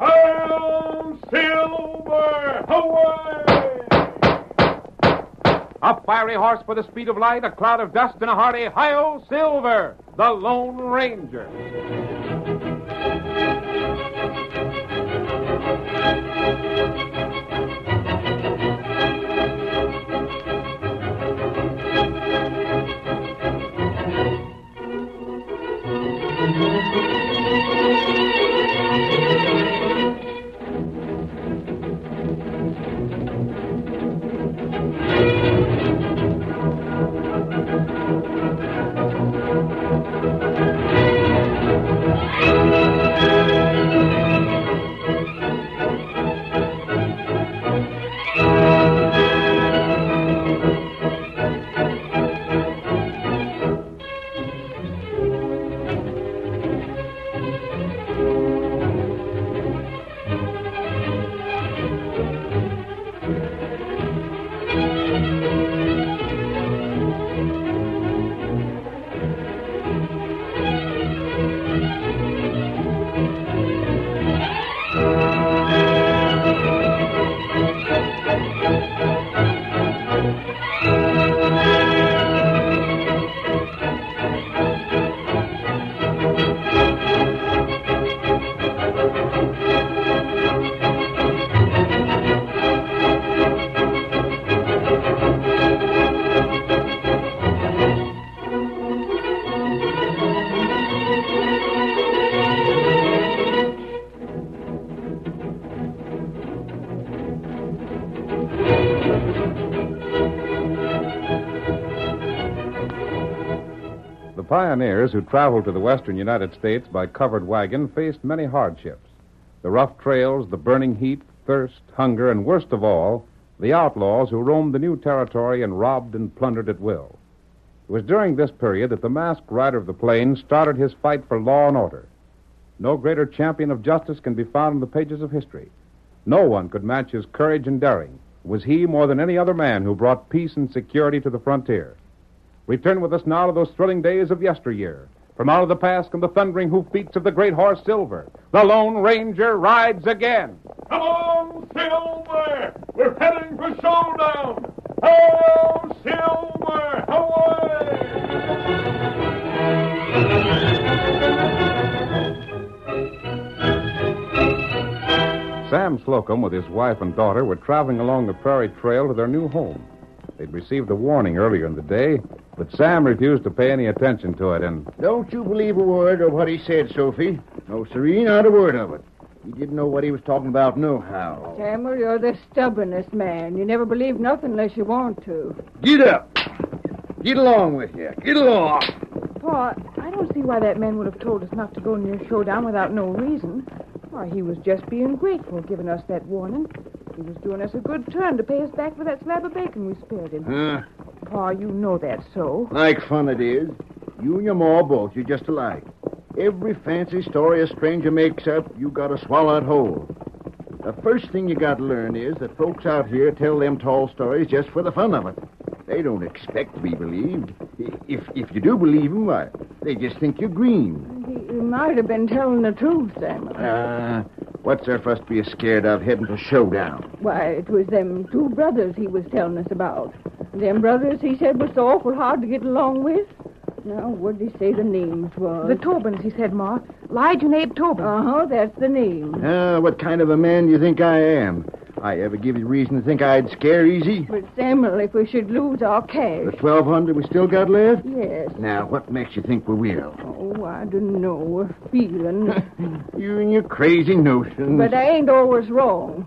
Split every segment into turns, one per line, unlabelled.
Hail Silver! Away! A fiery horse for the speed of light, a cloud of dust, and a hearty Hail Silver, the Lone Ranger. The pioneers who traveled to the western United States by covered wagon faced many hardships the rough trails, the burning heat, thirst, hunger, and worst of all, the outlaws who roamed the new territory and robbed and plundered at will. It was during this period that the masked rider of the plains started his fight for law and order. No greater champion of justice can be found in the pages of history. No one could match his courage and daring. It was he more than any other man who brought peace and security to the frontier. Return with us now to those thrilling days of yesteryear. From out of the past come the thundering hoofbeats of the great horse Silver. The Lone Ranger rides again. Come on, Silver! We're heading for showdown! Oh, Silver! Away! Sam Slocum with his wife and daughter were traveling along the prairie trail to their new home. They'd received a warning earlier in the day, but Sam refused to pay any attention to it, and
Don't you believe a word of what he said, Sophie. No, Serene, not a word of it. He didn't know what he was talking about, nohow.
Samuel, you're the stubbornest man. You never believe nothing unless you want to.
Get up. Get along with you. Get along.
Pa, I don't see why that man would have told us not to go near Showdown without no reason. Why, he was just being grateful, giving us that warning. He was doing us a good turn to pay us back for that slab of bacon we spared him.
Huh?
Pa, you know that's so.
Like fun it is. You and your ma both, you're just alike. Every fancy story a stranger makes up, you gotta swallow it whole. The first thing you gotta learn is that folks out here tell them tall stories just for the fun of it. They don't expect to be believed. I- If, if you do believe them, why, they just think you're green.
He, he might have been telling the truth, Samuel.
Uh, what's there for us to be scared of heading for showdown?
Why, it was them two brothers he was telling us about. Them brothers he said was so awful hard to get along with. Now, what did he say the names was?
The Tobins, he said, Ma. Lige and Abe Tobin.
Uh huh, that's the name.
Uh, what kind of a man do you think I am? I ever give you reason to think I'd scare easy?
But Samuel, if we should lose our
The
cash.
twelve hundred we still got left?
Yes.
Now, what makes you think we will?
Oh, I don't know. A feeling.
You and your crazy notions.
but I ain't always wrong.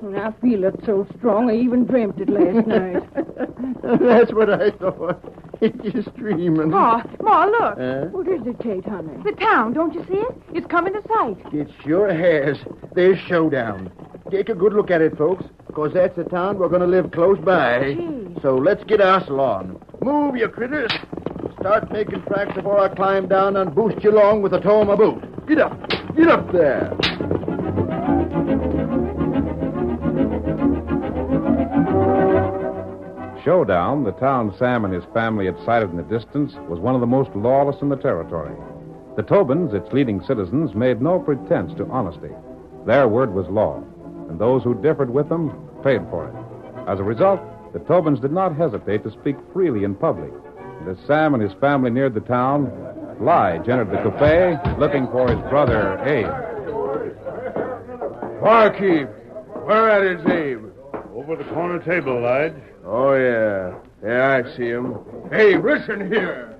And I feel it so strong, I even dreamt it last night.
That's what I thought. It's just dreaming.
Ma, Ma, look.
Huh?
What is it, Kate, honey?
the town, don't you see it? It's coming to sight.
It sure has. There's showdown. Take a good look at it, folks, because that's the town we're going to live close by.
Gee.
So let's get our salon.
Move, you critters. Start making tracks before I climb down and boost you along with the toe of my boot. Get up. Get up there.
Showdown, the town Sam and his family had sighted in the distance, was one of the most lawless in the territory. The Tobins, its leading citizens, made no pretense to honesty. Their word was law, and those who differed with them paid for it. As a result, the Tobins did not hesitate to speak freely in public. And as Sam and his family neared the town, Lige entered the cafe looking for his brother, Abe.
Barkeep, where at is Abe?
Over the corner table, Lige.
Oh, yeah. Yeah, I see him. Abe, listen here.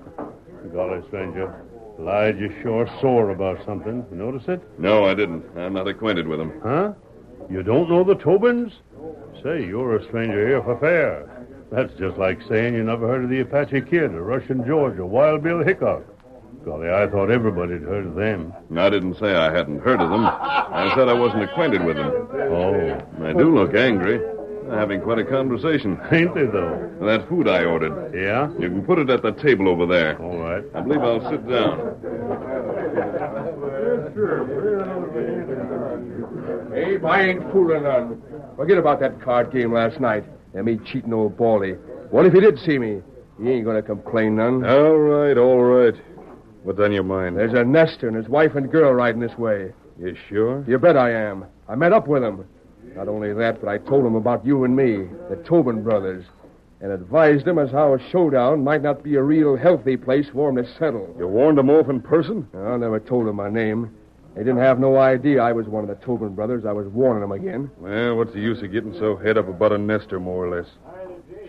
Golly, stranger. Lige is sure sore about something. You notice it?
No, I didn't. I'm not acquainted with him.
Huh? You don't know the Tobins? Say, you're a stranger here for fair. That's just like saying you never heard of the Apache Kid, or Russian George, or Wild Bill Hickok. Golly, I thought everybody'd heard of them.
I didn't say I hadn't heard of them. I said I wasn't acquainted with them.
Oh,
They do look angry. They're having quite a conversation.
ain't they, though?
That food I ordered.
Yeah?
You can put it at the table over there.
All right.
I believe I'll sit down.
Abe, I ain't fooling none. Forget about that card game last night and me cheating old Baldy. What if he did see me? He ain't gonna complain none.
All right, all right. What's on your mind? eh?
There's a nester and his wife and girl riding this way.
You sure?
You bet I am. I met up with him. Not only that, but I told him about you and me, the Tobin brothers, and advised him as how a showdown might not be a real healthy place for him to settle.
You warned them off in person?
I never told him my name. They didn't have no idea I was one of the Tobin brothers. I was warning them again.
Well, what's the use of getting so head up about a nester, more or less?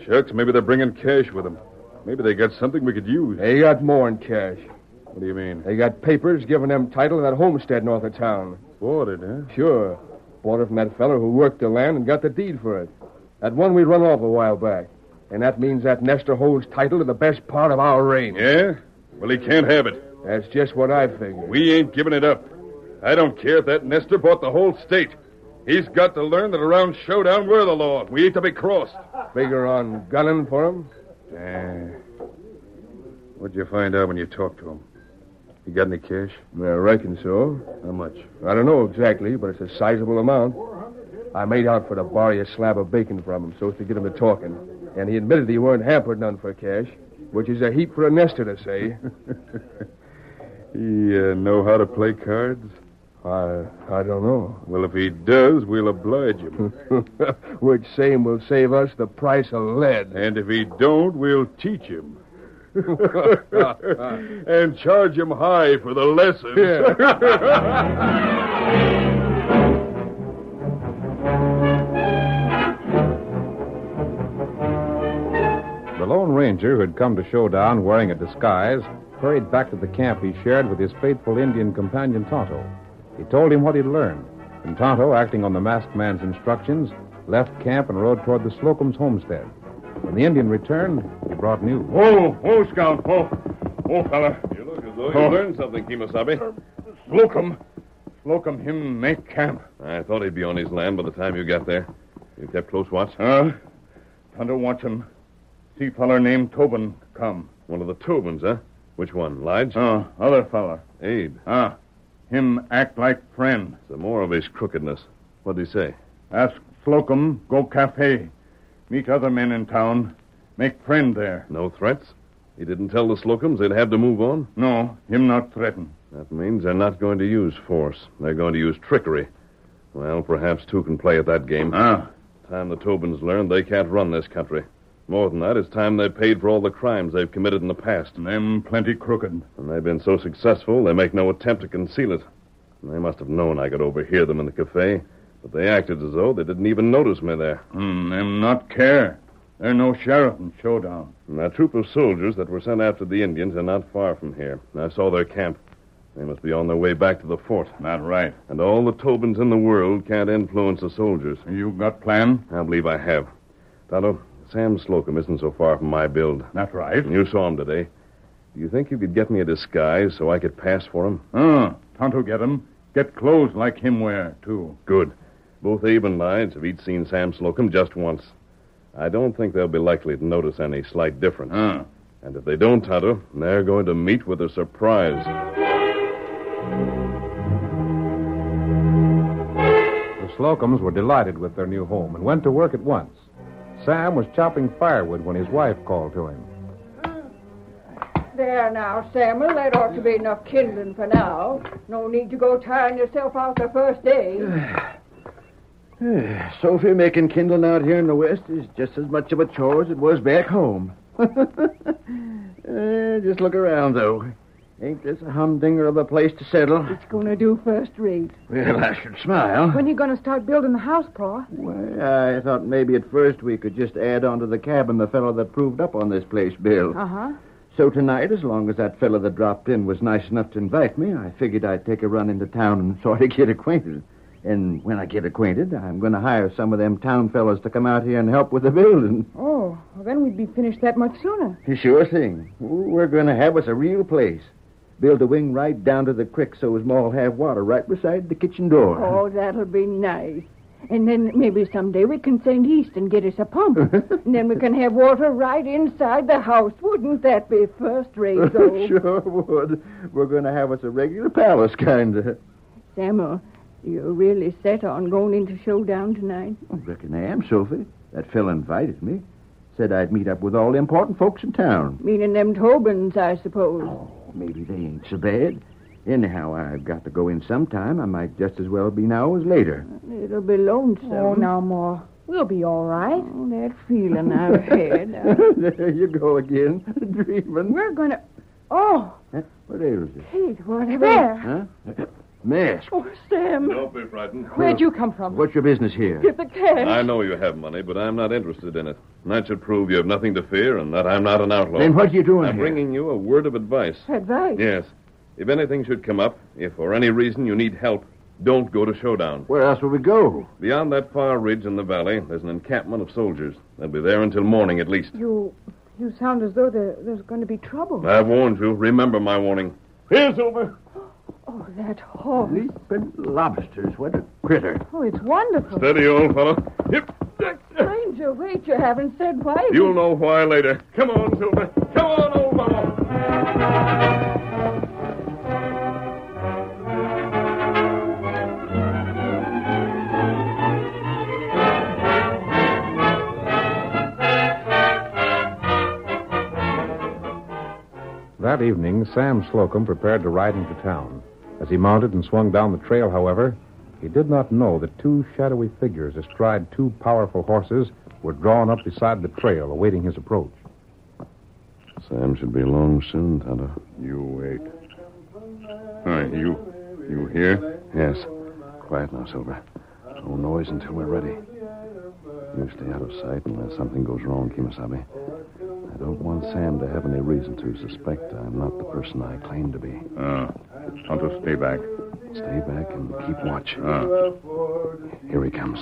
Shucks, maybe they're bringing cash with them. Maybe they got something we could use.
They got more in cash.
What do you mean?
They got papers giving them title to that homestead north of town.
Bought it, huh?
Sure. Bought it from that feller who worked the land and got the deed for it. That one we run off a while back. And that means that Nestor holds title to the best part of our range.
Yeah? Well, he can't have it.
That's just what I figured.
We ain't giving it up. I don't care if that Nestor bought the whole state. He's got to learn that around Showdown we're the law. We ain't to be crossed.
Figure on gunning for him.
What'd you find out when you talked to him? You got any cash?
I reckon so.
How much?
I don't know exactly, but it's a sizable amount. I made out for to borrow a slab of bacon from him so as to get him to talking. And he admitted he weren't hampered none for cash, which is a heap for a nester to say.
He uh, know how to play cards.
I, I don't know.
Well, if he does, we'll oblige him.
Which same will save us the price of lead.
and if he don't, we'll teach him. and charge him high for the lessons.
The Lone Ranger, who had come to Showdown wearing a disguise, hurried back to the camp he shared with his faithful Indian companion Tonto. He told him what he'd learned, and Tonto, acting on the masked man's instructions, left camp and rode toward the Slocum's homestead. When the Indian returned, he brought news.
Whoa, whoa, Oh, Scout, whoa. Whoa, fella.
You look as though you
Oh.
learned something, Kimasabi.
Slocum. Slocum, him make camp.
I thought he'd be on his land by the time you got there. You kept close watch.
Huh? Thunder watch him. See feller named Tobin come.
One of the Tobins, huh? Which one, Lige?
Oh, other feller.
Abe.
Ah, him act like friend.
Some more of his crookedness. What'd he say?
Ask Slocum, go cafe. Meet other men in town. Make friend there.
No threats? He didn't tell the Slocums they'd have to move on?
No, him not threaten.
That means they're not going to use force. They're going to use trickery. Well, perhaps two can play at that game.
Ah,
Time the Tobins learn they can't run this country. More than that, it's time they paid for all the crimes they've committed in the past.
them plenty crooked.
And they've been so successful, they make no attempt to conceal it. And They must have known I could overhear them in the cafe, but they acted as though they didn't even notice me there.
Hmm, them not care. There no sheriff in showdown.
And that troop of soldiers that were sent after the Indians are not far from here. I saw their camp. They must be on their way back to the fort.
Not right.
And all the Tobins in the world can't influence the soldiers.
You got plan?
I believe I have. Tonto, Sam Slocum isn't so far from my build.
Not right.
You saw him today. Do you think you could get me a disguise so I could pass for him?
Ah, Tonto get him. Get clothes like him wear, too.
Good. Both Abe and Lige have each seen Sam Slocum just once. I don't think they'll be likely to notice any slight difference.
Ah.
Huh.
And if they don't, Tonto, they're going to meet with a surprise.
The Slocums were delighted with their new home and went to work at once. Sam was chopping firewood when his wife called to him.
There now, Samuel, that ought to be enough kindling for now. No need to go tiring yourself out the first day.
Uh, Sophie making kindling out here in the West is just as much of a chore as it was back home. Eh, just look around, though. Ain't this a humdinger of a place to settle?
It's going to do first rate.
Well, I should smile.
When are you going to start building the house, Pa?
Well, I thought maybe at first we could just add on to the cabin the fellow that proved up on this place, Bill.
Uh huh.
So tonight, as long as that fellow that dropped in was nice enough to invite me, I figured I'd take a run into town and sort of get acquainted. And when I get acquainted, I'm going to hire some of them town fellows to come out here and help with the building.
Oh, well, then we'd be finished that much sooner.
Sure thing. We're going to have us a real place. Build a wing right down to the creek so as Ma'll have water right beside the kitchen door.
Oh, that'll be nice. And then maybe someday we can send East and get us a pump. and then we can have water right inside the house. Wouldn't that be first rate, though?
sure would. We're going to have us a regular palace, kind of.
Samuel, you're really set on going into showdown tonight?
I reckon I am, Sophie. That fellow invited me. Said I'd meet up with all the important folks in town.
Meaning them Tobins, I suppose.
Maybe they ain't so bad. Anyhow, I've got to go in sometime. I might just as well be now as later.
It'll be lonesome.
Oh, now, Ma. We'll be all right.
Oh, that feeling I've had. I-
there you go again, dreaming.
We're going to. Oh,
What ails you?
Pete, whatever.
there.
Mask.
Oh, Sam.
Don't be frightened.
Where'd you come from?
What's your business here?
Get the cash.
I know you have money, but I'm not interested in it. That should prove you have nothing to fear and that I'm not an outlaw.
Then what are you doing
I'm
here?
bringing you a word of advice.
Advice.
Yes. If anything should come up, if for any reason you need help, don't go to Showdown.
Where else will we go?
Beyond that far ridge in the valley, there's an encampment of soldiers. They'll be there until morning at least.
You, you sound as though there, there's going to be trouble.
I've warned you. Remember my warning. Here, Silver.
Oh, that horse.
Leaping lobsters. What a critter.
Oh, it's wonderful.
Steady, old fellow. Yep.
Ranger, wait, you haven't said why.
You'll know why later. Come on, Silver. Come on, old fellow.
That evening, Sam Slocum prepared to ride into town. As he mounted and swung down the trail, however, he did not know that two shadowy figures astride two powerful horses were drawn up beside the trail, awaiting his approach.
Sam should be along soon, Tonto. You wait. Hi, you. You here? Yes. Quiet now, Silver. No noise until we're ready. You stay out of sight unless something goes wrong, Kimasabi. I don't want Sam to have any reason to suspect I'm not the person I claim to be.
Uh, I'll just stay back.
Stay back and keep watch.
Ah.
Here he comes.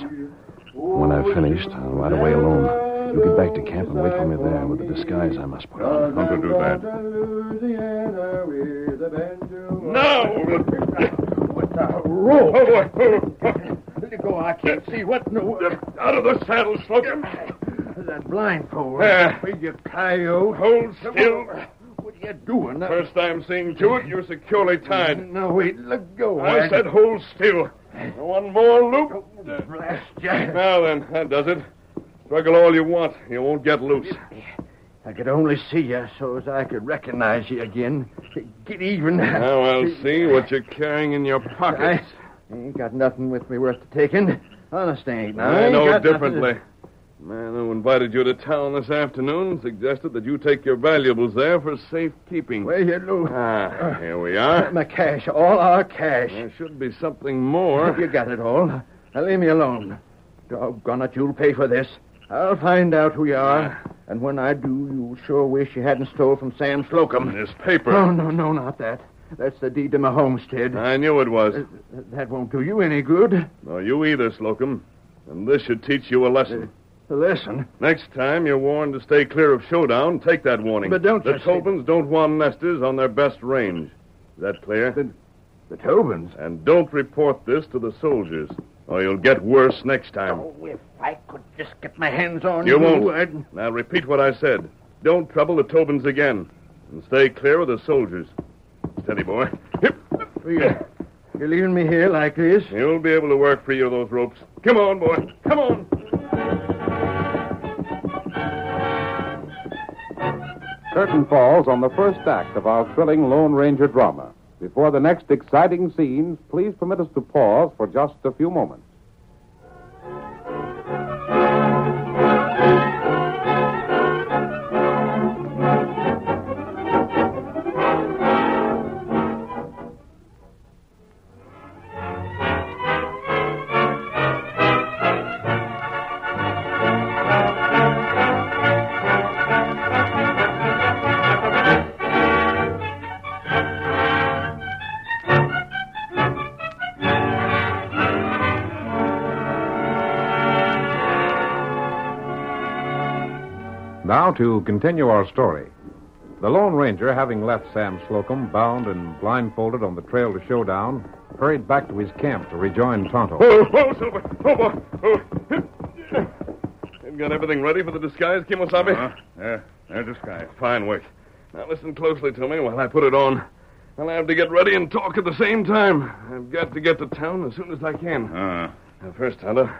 When I've finished, I'll ride away alone. You get back to camp and wait for me there with the disguise I must put on.
Don't you do that.
Roll! Oh, boy. Let it go. I can't see what in Out of the saddle, Slocum.
That blindfold.
There.
you coyote.
Hold still.
What are you doing?
First I'm seeing to it, you're securely tied.
No, wait. Let go.
I said hold still. One more loop.
Blast
Now then, that does it. Struggle all you want. You won't get loose.
I could only see you so as I could recognize you again. Get even.
Now I'll Oh, see what you're carrying in your
I
pockets.
ain't got nothing with me worth taking. Honest, I ain't.
I,
ain't
know
got nothing
differently. The man who invited you to town this afternoon suggested that you take your valuables there for
To...
safekeeping.
Well, uh, you know,
Ah, here we are.
my cash, all our cash.
There should be something more.
You got it all. Now leave me alone. Doggone it, you'll pay for this. I'll find out who you are, and when I do, you'll sure wish you hadn't stole from Sam Slocum.
This paper.
No, no, no, not that. That's the deed to my homestead.
I knew it was.
Uh, That won't do you any good.
No, you either, Slocum. And this should teach you a lesson.
Listen,
Next time you're warned to stay clear of Showdown, take that warning.
But don't
The
you see-
Tobins don't want nesters on their best range. Is that clear?
the Tobins.
And don't report this to the soldiers. or you'll get worse next time.
Oh, if I could just get my hands on
You won't.
I'd...
Now repeat what I said. Don't trouble the Tobins again. And stay clear of the soldiers. Steady, boy. Hip.
uh,
You're leaving me here like this?
You'll be able to work free of those ropes. Come on, boy. Come on.
Curtain falls on the first act of our thrilling Lone Ranger drama. Before the next exciting scenes, please permit us to pause for just a few moments. Now to continue our story. The Lone Ranger, having left Sam Slocum bound and blindfolded on the trail to Showdown, hurried back to his camp to rejoin Tonto.
Oh, oh, Silver. Oh, boy. Oh. Hip. They've got everything ready for the disguise, Kimosabe?
Uh-huh. They're, they're disguised.
Fine work. Now listen closely to me while I put it on. I'll have to get ready and talk at the same time. I've got to get to town as soon as I can.
Uh,
Now, first, Tonto,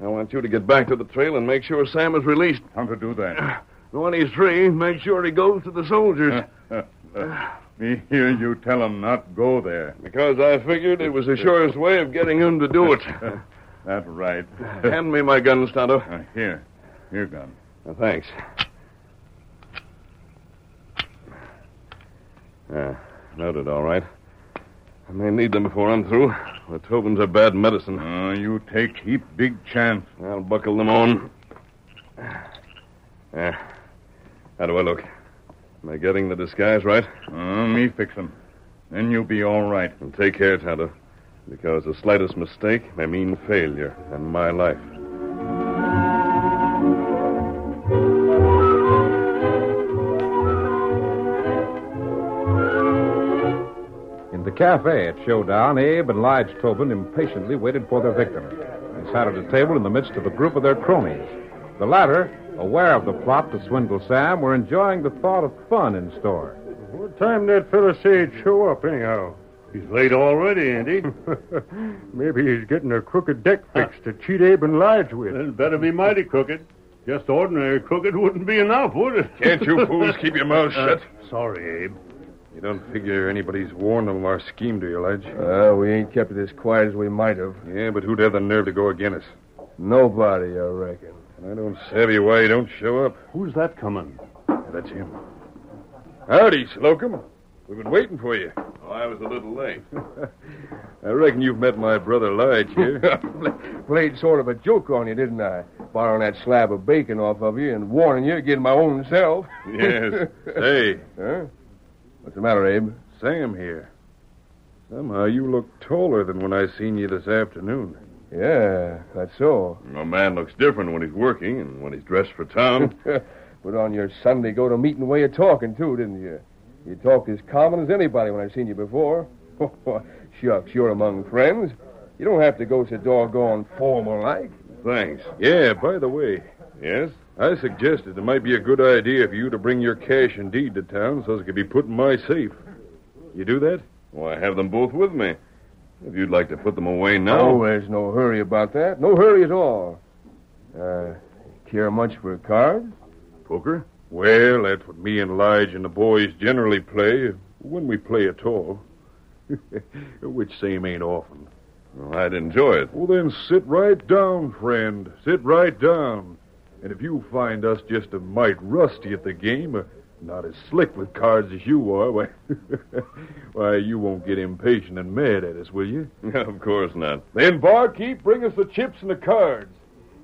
I want you to get back to the trail and make sure Sam is released.
how to do that?
When he's free, make sure he goes to the soldiers.
Me hear you tell 'em not go there.
because I figured it was the surest way of getting him to do it.
That's right.
Hand me my guns, Tonto.
Uh, here. Here, gun.
Uh, thanks. Yeah, Uh, noted, all right. I may need them before I'm through. The Tobin's are bad medicine.
Uh, you take heap big chance.
I'll buckle them on. Yeah. How do I look? Am I getting the disguise right?
Uh, me fix 'em. Then you'll be all right.
And take care, Tonto, because the slightest mistake may mean failure and my life.
In the cafe at Showdown, Abe and Lige Tobin impatiently waited for their victim. They sat at a table in the midst of a group of their cronies. The latter, aware of the plot to swindle Sam, were enjoying the thought of fun in store.
What time that fella say he'd show up, anyhow? He's late already, ain't he?
Maybe he's getting a crooked deck fixed to cheat Abe and Lige with.
It'd better be mighty crooked. Just ordinary crooked wouldn't be enough, would it?
Can't you fools keep your mouths shut?
Uh, Sorry, Abe.
You don't figure anybody's warned them of our scheme, do you, Lige?
Well, we ain't kept it as quiet as we might have.
Yeah, but who'd have the nerve to go against us?
Nobody, I reckon.
I don't savvy why you don't show up.
Who's that coming?
That's him. Howdy, Slocum. We've been waiting for you. Oh, I was a little late. I reckon you've met my brother Lige here.
Played sort of a joke on you, didn't I? Borrowing that slab of bacon off of you and warning you against my own self.
yes. Hey,
Huh? What's the matter, Abe?
Sam here. Somehow you look taller than when I seen you this afternoon.
Yeah, that's so.
A man looks different when he's working and when he's dressed for town.
Put on your Sunday go to meeting way of talking, too, didn't you? You talked as common as anybody when I've seen you before. Shucks, you're among friends. You don't have to go so doggone formal like.
Thanks. Yeah, by the way. Yes? I suggested it might be a good idea for you to bring your cash and deed to town so it could be put in my safe. You do that? Well, I have them both with me. If you'd like to put them away
Oh, there's no hurry about that. No hurry at all. Uh, care much for a card?
Poker? Well, that's what me and Lige and the boys generally play, when we play at all. Which same ain't often. Well, I'd enjoy it. Well, then sit right down, friend. Sit right down. And if you find us just a mite rusty at the game, uh, not as slick with cards as you are, why, why you won't get impatient and mad at us, will you? of course not. Then, barkeep, bring us the chips and the cards.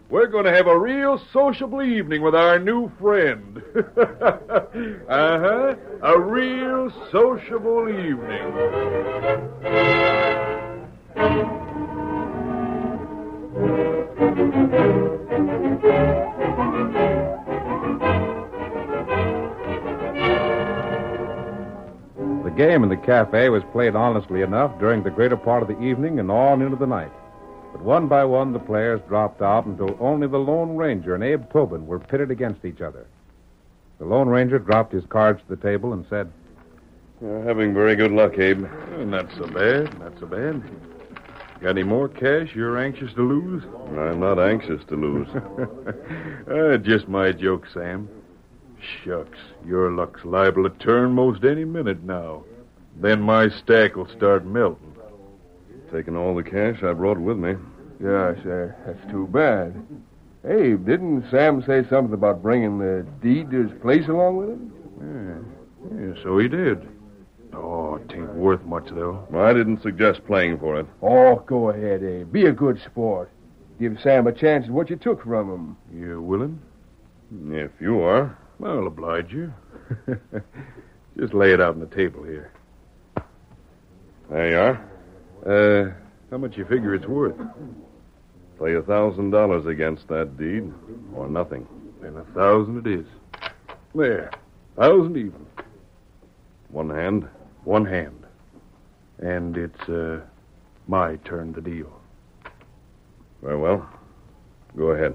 We're going to have a real sociable evening with our new friend. uh huh. Uh-huh. A real sociable evening.
The game in the cafe was played honestly enough during the greater part of the evening and on into the night. But one by one, the players dropped out until only the Lone Ranger and Abe Tobin were pitted against each other. The Lone Ranger dropped his cards to the table and said,
You're having very good luck, Abe. Not so bad, not so bad. Got any more cash you're anxious to lose? I'm not anxious to lose. uh, just my joke, Sam. Shucks, your luck's liable to turn most any minute now. Then my stack will start melting.
Taking all the cash I brought with me.
Gosh, uh, that's too bad. Hey, didn't Sam say something about bringing the deed to his place along with him?
Yeah, yeah so he did. Oh, it ain't worth much, though.
I didn't suggest playing for it.
Oh, go ahead, Abe. Be a good sport. Give Sam a chance at what you took from him.
You willing?
If you are.
I'll oblige you. Just lay it out on the table here.
There you are.
Uh, how much you figure it's worth?
Play a thousand dollars against that deed, or nothing.
Then a thousand it is. There. Thousand even.
One hand.
One hand. And it's uh, my turn to deal.
Very well. Go ahead.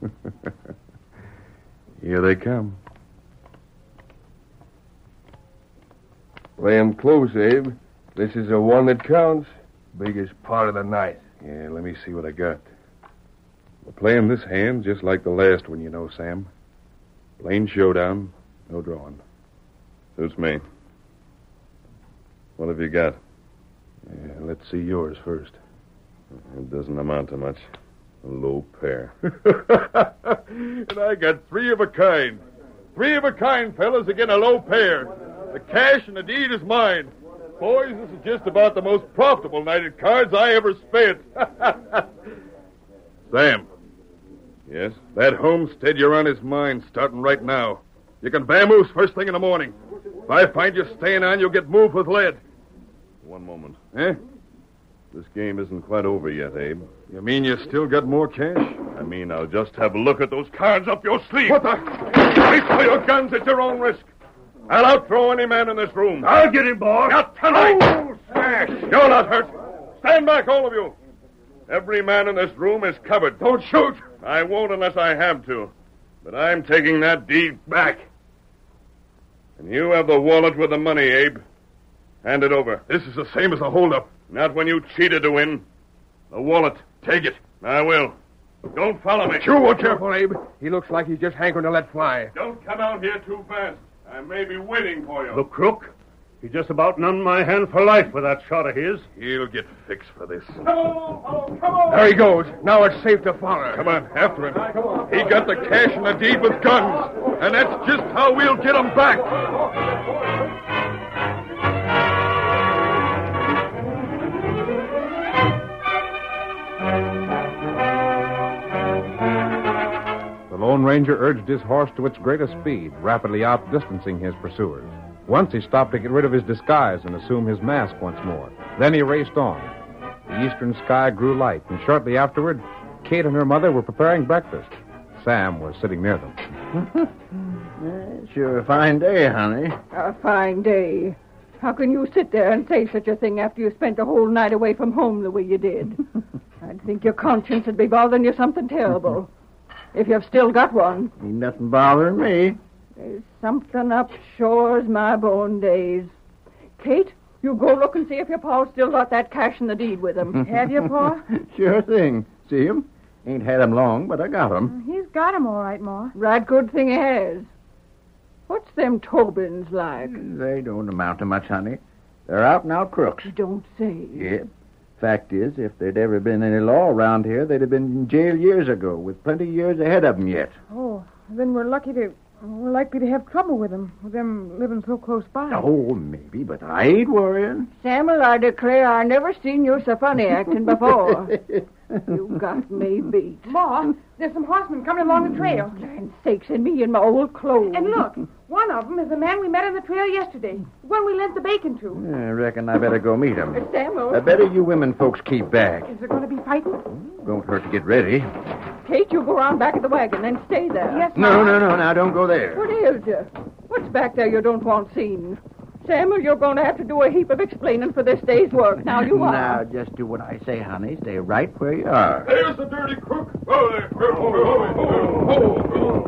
Here they come.
Play him close, Abe. This is the one that counts. Biggest part of the night.
Yeah, let me see what I got. We're playing this hand just like the last one, you know, Sam. Plain showdown, no drawing.
Suits me. What have you got?
Yeah, let's see yours first.
It doesn't amount to much. A low pair.
and I got three of a kind. Three of a kind, fellas, again a low pair. The cash and the deed is mine. Boys, this is just about the most profitable night at cards I ever spent. Sam,
yes?
that homestead you're on is mine, starting right now. You can vamoose first thing in the morning. If I find you staying on, you'll get moved with lead.
One moment.
Eh?
This game isn't quite over yet, Abe.
You mean you still got more cash?
I mean, I'll just have.
Have a look at those cards up your sleeve. What the? Wait for your guns at your own risk. I'll outthrow any man in this room. I'll get him, boss. Not tonight. Oh, smash. You're not hurt. Stand back, all of you. Every man in this room is covered. Don't shoot. I won't unless I have to. But I'm taking that deed back. And you have the wallet with the money, Abe. Hand it over. This is the same as a holdup. Not when you cheated to win. The wallet. Take it. I will. Don't follow me.
Sure, careful, Abe. He looks like he's just hankering to let fly.
Don't come out here too fast. I may be waiting for you.
The crook? He just about numbed my hand for life with that shot of his.
He'll get fixed for this.
There he goes. Now it's safe to follow.
Come on, after him. He got the cash and the deed with guns. And that's just how we'll get him back.
The Lone Ranger urged his horse to its greatest speed, rapidly outdistancing his pursuers. Once he stopped to get rid of his disguise and assume his mask once more. Then he raced on. The eastern sky grew light, and shortly afterward, Kate and her mother were preparing breakfast. Sam was sitting near them.
It's sure a fine day, honey.
A fine day. How can you sit there and say such a thing after you spent a whole night away from home the way you did? I'd think your conscience would be bothering you something terrible. if you've still got one.
Ain't nothing bothering me.
There's something up shores my bone days. Kate, you go look and see if your pa's still got that cash and the deed with him. Have you, Pa?
Sure thing. See 'em? Ain't had 'em long, but I got 'em.
He's got him all right, Ma.
Right good thing he has. What's them Tobins like?
They don't amount to much, honey. They're out and out crooks.
You don't say.
Yep. Fact is, if there'd ever been any law around here, they'd have been in jail years ago, with plenty of years ahead of 'em yet.
Oh, then we're lucky to. We're likely to have trouble with them, with them living so close by.
Oh, maybe, but I ain't worrying.
Samuel, I declare I never seen you so funny acting before. you got me beat.
Ma, there's some horsemen coming along the trail.
Land sakes, and me in my old clothes.
And look, one of them is the man we met on the trail yesterday, the one we lent the bacon to.
I reckon I better go meet 'em.
Samuel,
I better you women folks keep back.
Is there going to be fighting?
Don't hurt to get ready.
Kate, you go around back of the wagon and stay there.
Yes,
No, no, no, now don't go there.
What ails you? What's back there you don't want seen? Samuel, you're going to have to do a heap of explaining for this day's work. Now you are.
Now, just do what I say, honey. Stay right where you are.
There's the dirty crook. Oh, there.
Oh,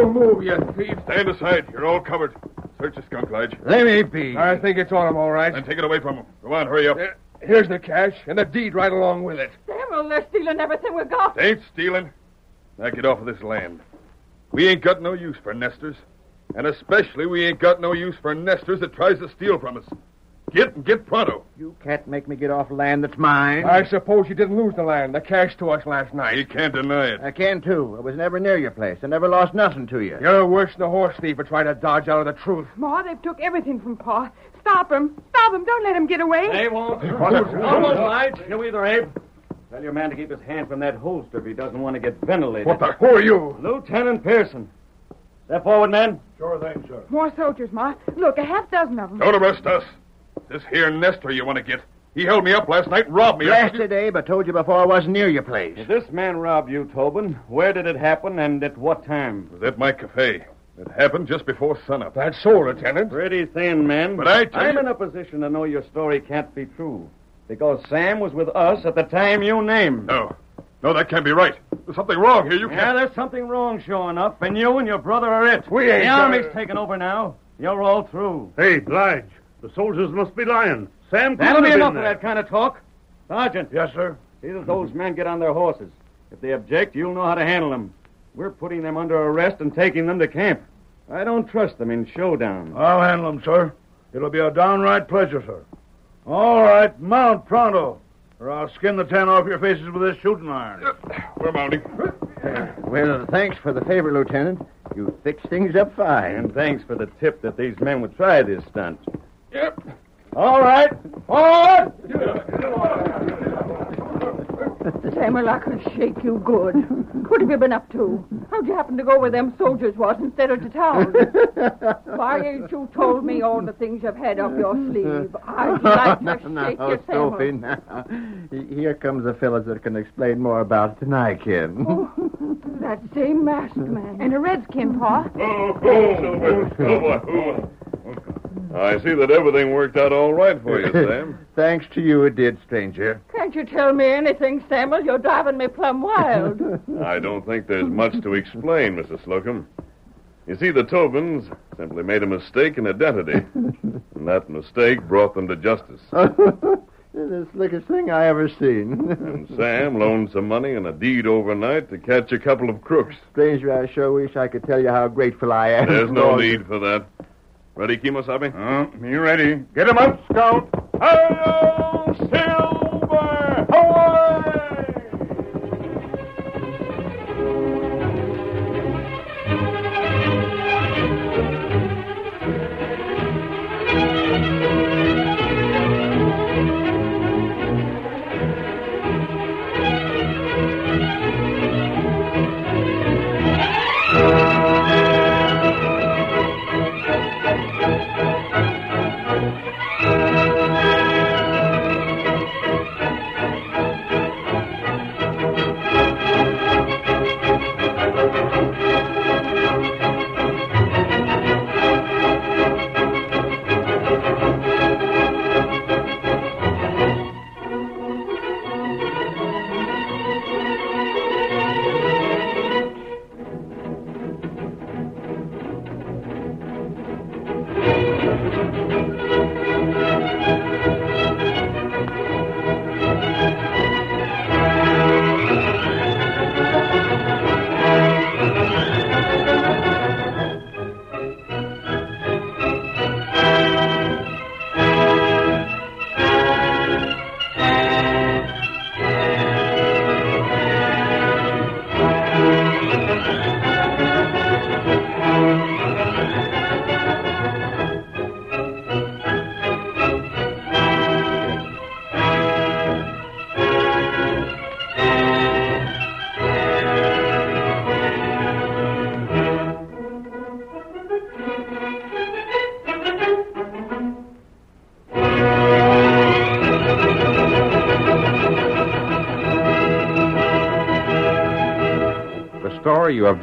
Don't move, you thief. Stand aside. You're all covered. Search the skunk, Lige.
Let me be. I think it's on him, all right. Uh,
Then take it away from him. Go on, hurry up.
Here's the cash and the deed right along with it.
Samuel, they're stealing everything we got.
They ain't stealing. Now get off of this land. We ain't got no use for nesters. And especially we ain't got no use for nesters that tries to steal from us. Get and get pronto.
You can't make me get off land that's mine.
I suppose you didn't lose the land, the cash to us last night.
You can't deny it.
I can, too. I was never near your place. I never lost nothing to you.
You're worse than a horse thief for trying to dodge out of the truth.
Ma, they've took everything from Pa. Stop 'em. Stop 'em. Don't let 'em get away.
They won't. Almost right. You either, Abe. Tell your man to keep his hand from that holster if he doesn't want to get ventilated.
What the- who are you?
Lieutenant Pearson. Step forward, men.
Sure thing, sir.
More soldiers, Ma. Look, a half dozen of 'em.
Don't arrest us. This here nester you want to get. He held me up last night and robbed me.
Blasted, Abe. I told you before I wasn't near your place.
If this man robbed you, Tobin, where did it happen and at what time?
was at my cafe. It happened just before sunup.
That's so, Lieutenant.
Pretty thin, man.
But I tell
I'm
you-
in a position to know your story can't be true. Because Sam was with us at the time you named.
No. No, that can't be right. There's something wrong here. You
Yeah,
can't.
there's something wrong showing up, and you and your brother are it.
We ain't
The
got
army's
it.
taken over now. You're all through.
Hey, Lige, the soldiers must be lying. Sam couldn't
That'll be
have been
enough
there.
of that kind of talk. Sergeant. Yes, sir. See that those men get on their horses. If they object, you'll know how to handle them. We're putting them under arrest and taking them to camp. I don't trust them in showdown.
I'll handle them, sir. It'll be a downright pleasure, sir. All right, mount pronto, or I'll skin the tan off your faces with this shooting iron.
We're mounting.
Well, thanks for the favor, Lieutenant. You fixed things up fine.
And thanks for the tip that these men would try this stunt.
Yep.
All right. Forward!
Samuel, I could shake you good. What have you been up to? How'd you happen to go where them soldiers was instead of to town? Why ain't you told me all the things you've had up your sleeve? I'd like to shake
now,
you, Samuel.
Sophie, Oh, now. Here comes the fellas that can explain more about it than I can.
That same masked man. And a redskin, Pa.
Oh, boy. Oh, boy. I see that everything worked out all right for you, Sam.
Thanks to you, it did, stranger.
Can't you tell me anything, Samuel? You're driving me plumb wild.
I don't think there's much to explain, Mrs. Slocum. You see, the Tobins simply made a mistake in identity, and that mistake brought them to justice.
Oh,
the slickest thing I ever seen.
Sam loaned some money and a deed overnight to catch a couple of crooks.
Stranger, I sure wish I could tell you how grateful I am.
There's no
for-
need for that. Ready, Kemosabe?
Uh, you ready? Get him up, Scout.
Hail, Silver!
The story you have